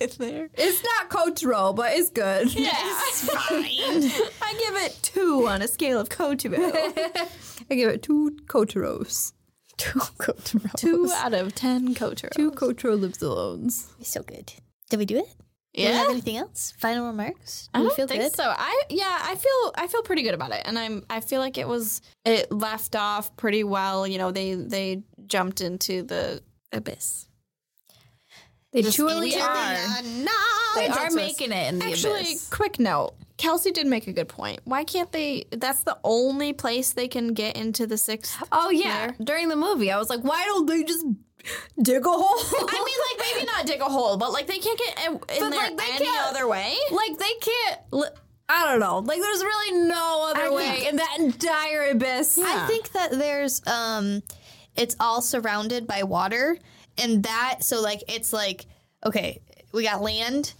C: it in there.
B: It's not Kotaro, but it's good.
A: yes, fine.
C: I give it two on a scale of Kotaro.
B: I give it two Kotaros.
A: Two Kotaro.
C: two out of ten Kotaro.
B: Two Kotaro lives alones.
A: So good. Did we do it? Do we
C: Yeah.
A: have anything else? Final remarks? Do
C: I
A: we
C: don't
A: feel
C: think
A: good?
C: so. I yeah, I feel I feel pretty good about it, and I'm I feel like it was it left off pretty well. You know, they they jumped into the abyss.
B: They
C: Just
B: truly
C: idiot.
B: are. They are making it in the
C: Actually,
B: abyss.
C: quick note. Kelsey did make a good point. Why can't they? That's the only place they can get into the sixth.
B: Oh yeah, during the movie, I was like, why don't they just dig a hole?
C: I mean, like maybe not dig a hole, but like they can't get in, in
B: But,
C: there
B: like, they
C: any
B: can't-
C: other way.
B: like they can't. li- I don't know. Like there's really no other
C: I
B: way
C: think-
B: in that entire abyss.
A: I think that there's um it's all surrounded by water and that so like it's like okay, we got land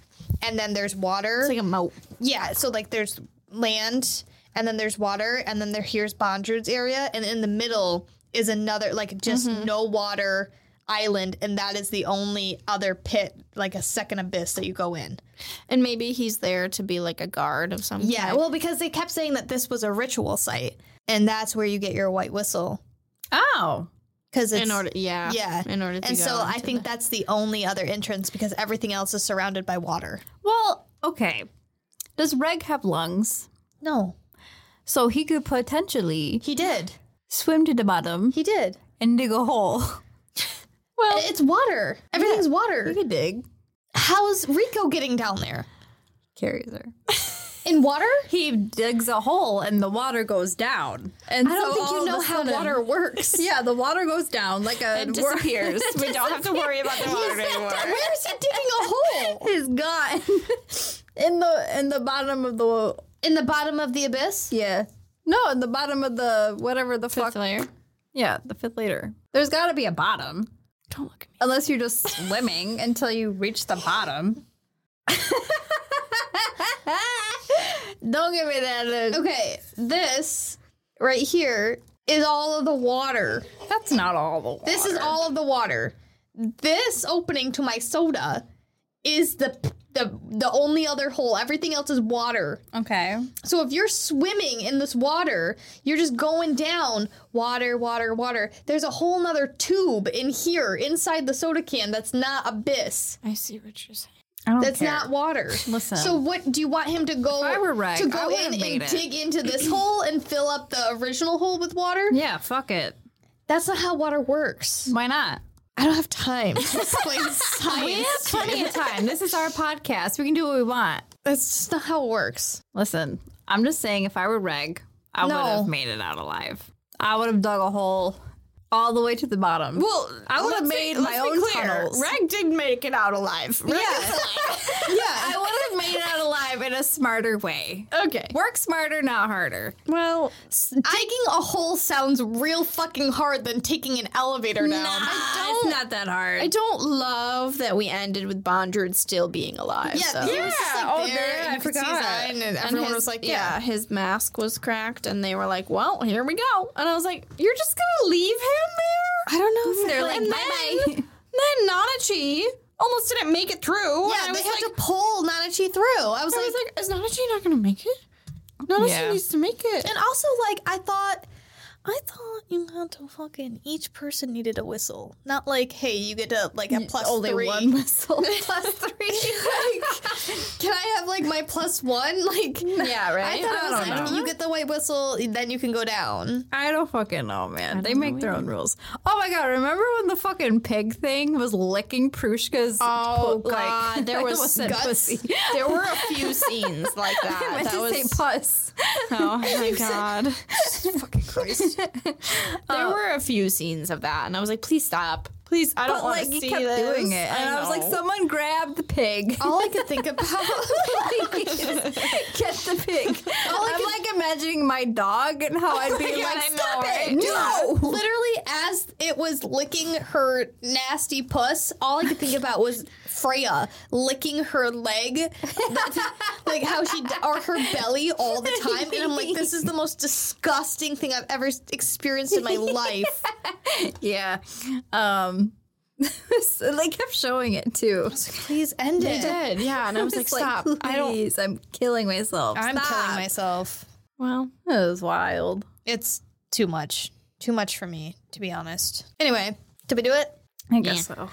A: and then there's water.
C: It's like a moat.
A: yeah, so like there's land and then there's water and then there here's Bondrud's area and in the middle is another like just no water island and that is the only other pit like a second abyss that you go in.
C: And maybe he's there to be like a guard of some
A: Yeah,
C: kind.
A: well because they kept saying that this was a ritual site and that's where you get your white whistle
B: Oh,
A: cuz it's
C: in order, yeah,
A: yeah.
C: in order. To
A: And
C: go
A: so I
C: into
A: think that's the only other entrance because everything else is surrounded by water.
B: well, okay. Does Reg have lungs?
A: No,
B: So he could potentially
A: he did.
B: swim to the bottom
A: He did.
B: and dig a hole.
A: Well, it's water. Everything's water.
B: could dig.
A: How is Rico getting down there?
B: Carries her.
A: In water?
B: He digs a hole and the water goes down. And
A: I don't
B: so
A: think
B: all
A: you
B: of
A: know
B: a
A: how
B: sudden-
A: water works.
B: Yeah, the water goes down like a
C: it disappears. we don't have to worry about the water anymore.
A: Where is he digging a hole?
B: is gone in the in the bottom of the
A: In the bottom of the abyss?
B: yeah no in the bottom of the whatever the fuck
C: Fifth layer.
B: yeah the fifth later there's got to be a bottom
C: Don't look at me.
B: unless you're just swimming until you reach the bottom. Don't give me that look.
A: Okay, this right here is all of the water.
B: That's not all the water.
A: This is all of the water. This opening to my soda is the the the only other hole. Everything else is water.
B: okay.
A: So if you're swimming in this water, you're just going down water, water, water. There's a whole nother tube in here inside the soda can that's not abyss.
C: I see what you're saying.
B: I don't
A: That's
B: care.
A: not water.
B: Listen.
A: So what do you want him to go
B: I were Reg,
A: to
B: I
A: go
B: would've
A: in and
B: made it.
A: dig into this hole and fill up the original hole with water?
B: yeah. Fuck it.
A: That's not how water works.
B: Why not?
A: I don't have time to explain science.
B: We have plenty of time. This is our podcast. We can do what we want.
A: That's just not how it works.
B: Listen, I'm just saying, if I were Reg, I
A: No.
B: would have made it out alive. I would have dug a hole all the way to the bottom.
C: Well,
B: I would've
C: let's be-
B: made my
C: let's be
B: own
C: clear.
B: tunnels.
C: Reg did make it out alive. Reg
A: Yeah.
B: I
A: yeah.
B: would have made it out alive in a smarter way.
C: is- okay.
B: Work smarter, not harder.
C: Well,
A: Digging a hole sounds real fucking hard than taking an elevator down.
B: I don't, it's not that hard.
C: I don't love that we ended with Bondred still being alive.
A: Yeah,
C: so.
A: he was just like
B: Yeah, oh,
A: there,
B: there,
A: and
B: I
A: you could see his
B: forgot.
A: eye, and,
C: And
A: everyone
C: his-
A: was like, yeah.
C: his mask was cracked, and they were like, "Well, here we go." And I was like, "You're just gonna leave him there?" I don't know. If
B: They're like,
C: and
B: "Bye-bye."
C: then, then Nanachi almost didn't make it through.
A: Yeah,
C: and I
A: they
C: was
A: had
C: like,
A: to pull Nanachi through. I was
C: I
A: like,
C: was like, "Is Nanachi not gonna make it? Nanachi
B: Yeah.
C: needs to make it."
A: and also like I thought, I thought you had to fucking each person needed a whistle, not like hey you get to like a plus
C: only
A: three.
C: one whistle.
A: Plus three. like, can I have like my plus one? Like
C: yeah,
A: I thought
C: right.
A: it was
B: don't
A: like
B: know.
A: you get the white whistle, then you can go down.
B: I don't fucking know, man. They make their own rules. Oh my god, remember when the fucking pig thing was licking Prushka's?
C: Oh
B: po- like-
C: god, there
B: I
C: was
B: almost said
C: guts.
B: pussy.
C: There were a few scenes like
B: I
C: that.
B: meant
C: that
B: to
C: was
B: say pus.
C: oh my god, Uh, fucking Christ. there were a few scenes of that, and I was like, please stop, please. I don't
B: But
C: want
B: like
C: to
B: he
C: see
B: kept
C: this.
B: doing it, and I, was like,
C: know.
B: someone grab the pig.
A: All I could think about
B: Get the pig. I'm like, imagining my dog and how I'd be
C: God,
B: like,
C: I know,
B: stop
C: right?"
B: it,
A: No!
B: no.
A: Literally, as it was licking her nasty puss, all I could think about was Freya licking her leg, that- like how she, or her belly all the time. And I'm like, this is the most disgusting thing I've ever experienced in my life.
B: Yeah. Um, so they kept showing it too.
A: Please end
C: They
A: it.
C: did, yeah. And I was like,
B: It's
C: stop. I don't.
B: Please, I'm killing myself.
A: I'm
B: Stop.
A: killing myself.
C: Well,
B: That was wild.
A: It's too much. Too much for me, to be honest. Anyway, did we do it?
B: I guess so.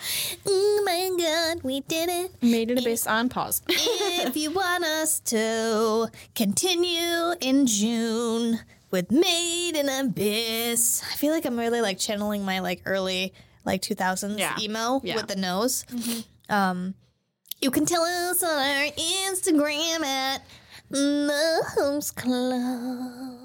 A: Oh my god, we did it.
C: made it a base on pause.
A: if you want us to continue in June with Made in Abyss. I feel like I'm really like channeling my like early like 2000s
C: Yeah.
A: email
C: Yeah. Mm-hmm.
A: with the nose. Um, you can tell us on our Instagram at the Host Club.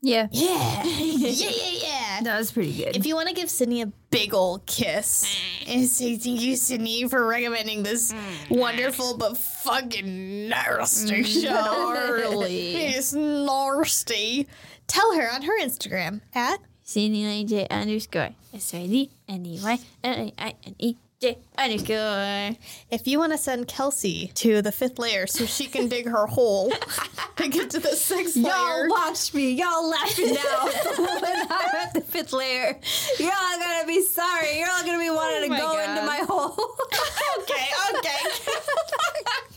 B: Yeah.
A: Yeah, yeah, yeah, yeah.
B: That was pretty good.
A: If you want to give Sydney a big old kiss
B: Mm.
A: and say thank you, Sydney, for recommending this wonderful but fucking nasty
B: Mm,
A: show.
C: Early.
A: it's nasty. Tell her on her Instagram at
C: CNEJ underscore S I D N E Y L A I N E J underscore.
A: if you want to send Kelsey to the fifth layer so she can dig her hole to get to the sixth layer.
B: Y'all watch me. Y'all laughing now. when I'm at the fifth layer, you're all gonna be sorry. You're all gonna be
A: Oh
B: wanting
C: my
B: to go
C: God.
B: into my hole.
A: Okay, okay.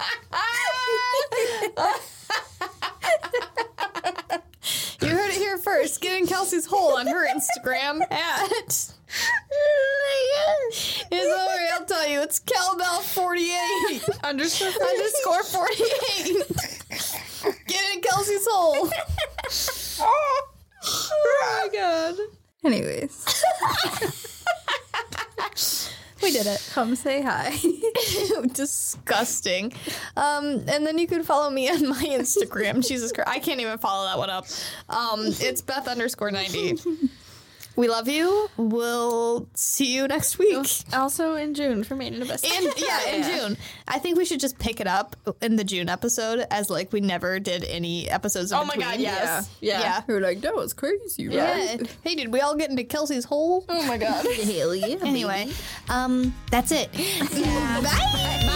A: You heard it here first. Get in Kelsey's hole on her Instagram at. It's over. I'll tell you. It's cowbell forty eight
C: Underscore.
A: underscore forty eight. Get in Kelsey's hole.
C: Oh my god.
B: Anyways,
A: We did it.
B: come say hi.
A: Disgusting. Um, and then you can follow me on my Instagram. Jesus Christ, I can't even follow that one up. Um, it's Beth underscore ninety. We love you. We'll see you next week.
C: Also in June for Made in Abyss.
A: in yeah, in June. I think we should just pick it up in the June episode as like we never did any episodes. in
C: Oh my
A: between.
C: God, yes.
A: yeah, yeah.
B: You're like, that was crazy,
A: Yeah. Hey, did we all get into Kelsey's hole?
C: Oh my god.
B: Hell yeah.
A: Anyway, um, that's it. Bye.